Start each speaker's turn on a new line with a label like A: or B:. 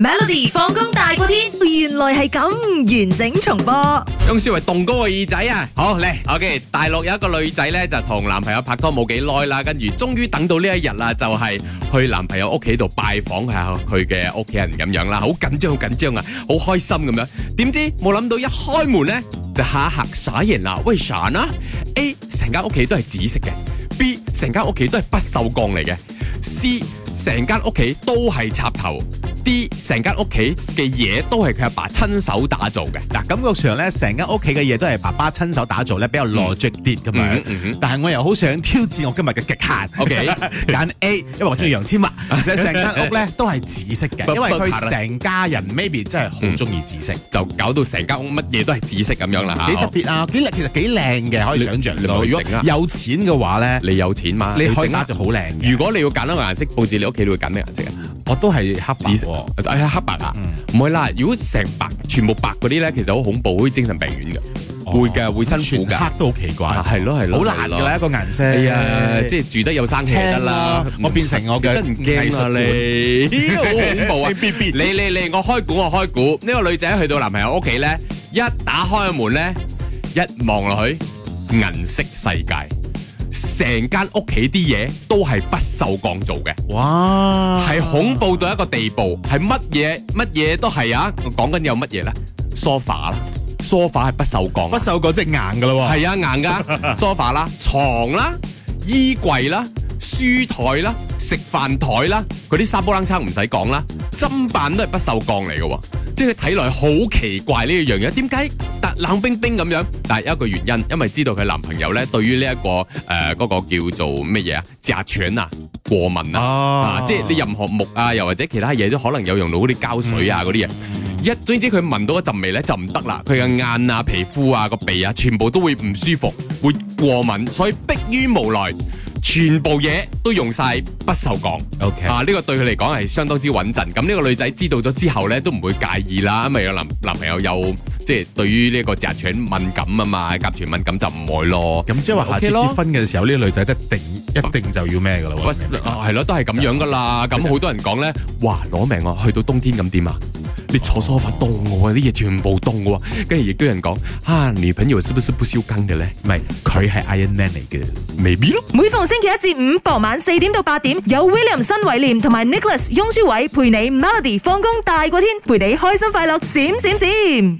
A: Melody 放工大過天，原來係咁完整重播。
B: 翁舒為戙高個耳仔啊！好嚟，OK，大陸有一個女仔呢，就同男朋友拍拖冇幾耐啦，跟住終於等到呢一日啦，就係、去男朋友屋企度拜訪下佢嘅屋企人咁樣啦，好緊張，好緊張啊，好開心咁樣。點知冇諗到一開門呢，就下一刻傻人啦，喂傻啦！A 成間屋企都係紫色嘅，B 成間屋企都係不鏽鋼嚟嘅，C 成間屋企都係插頭。D 成間屋企嘅嘢都係佢阿爸親手打造嘅，
C: 嗱，感覺上咧，成間屋企嘅嘢都係爸爸親手打造咧，比較 logic 啲咁
B: 嗯
C: 樣
B: 嗯嗯。
C: 但係我又好想挑戰我今日嘅極限。
B: OK
C: 揀 A，因為我中意楊 千嬅。成間屋咧都係紫色嘅，
B: 不
C: 因為
B: 不怕啦
C: 佢成家人 maybe 真係好中意紫色，
B: 就搞到成間屋乜嘢都係紫色咁樣啦
C: 幾
B: 嚇
C: 特。別啊！幾靚，其實幾靚嘅，可以
B: 你
C: 想像
B: 你
C: 到。
B: 咪
C: 如果
B: 整啊
C: 有錢嘅話咧，
B: 哦你有錢嘛？
C: 你
B: 去
C: 開
B: 整
C: 家
B: 啊！
C: 就好靚嘅。
B: 如果你要揀一個顏色佈置，你屋企你會揀咩顏色啊？
C: 我都係黑嗯白
B: 紫色
C: 喎。嗯
B: 哎呀黑白啊？唔係啦，如果成白全部白嗰啲咧，其實好恐怖，好似精神病院㗎，
C: 哦
B: 會㗎，會辛苦
C: 全
B: 㗎。
C: 黑都好奇怪。
B: 啊係咯係咯
C: 好難
B: 係
C: 㗎
B: 咯
C: 啦一個顏色。
B: 哎呀，即係住得有生斜得啦，
C: 我變成我嘅
B: 得唔驚啊你，好恐怖啊！
C: B B
B: 你你你，我開估我開估，呢、個女仔去到男朋友屋企咧，一打開個門咧，一望落去，銀色世界，成間屋企啲嘢都係不鏽鋼做嘅，
C: 哇！
B: 係、啊恐怖到一個地步，係乜嘢乜嘢都係啊！我講緊有乜嘢咧？sofa 啦，sofa 係不鏽鋼
C: 不
B: 啊，
C: 鏽鋼即係硬噶啦喎。
B: 係啊硬噶 sofa 啦，床啦，衣櫃啦。書台啦、食飯台啦，嗰啲沙煲冷餐唔使講啦，砧板都係不鏽鋼嚟嘅喎，即係睇來好奇怪呢樣嘢，點解特冷冰冰咁樣？但係有一個原因，因為知道佢男朋友咧對於呢、一個呃誒嗰、個叫做乜嘢啊，甲醛啊過敏啊，
C: 哦
B: 啊即係你任何木啊，又或者其他嘢都可能有用到嗰啲膠水啊嗰啲嘢。一總之佢聞到嗰陣味咧就唔得啦，佢嘅眼啊、皮膚啊、個鼻啊，全部都會唔舒服，會過敏，所以迫於無奈，全部嘢都用晒不鏽鋼。
C: OK
B: 啊，呢、個對佢嚟講係相當之穩陣。咁呢個女仔知道咗之後咧，都唔會介意啦，因為有男男朋友有即係對於呢個甲醛敏感啊嘛，甲醛敏感就唔會咯。
C: 咁即係話下
B: OK
C: 次
B: 咯
C: 結婚嘅時候，呢個女仔一定一定就要咩噶啦
B: 不
C: 喎？明唔明
B: 啊，係咯，都係咁樣噶啦。咁好多人講咧，哇，攞命啊！去到冬天咁點啊？你坐梳化凍喎，啲嘢全部凍喎。跟住亦都有人講，啊，女朋友是不是不鏽鋼嘅咧？
C: 唔係，佢係 Iron Man 嚟嘅。
B: 未必咯。
A: 每逢星期一至五傍晚四點到八點，有 William 新偉廉同埋 Nicholas 雍舒偉陪你 Melody 放工大過天，陪你開心快樂閃閃閃。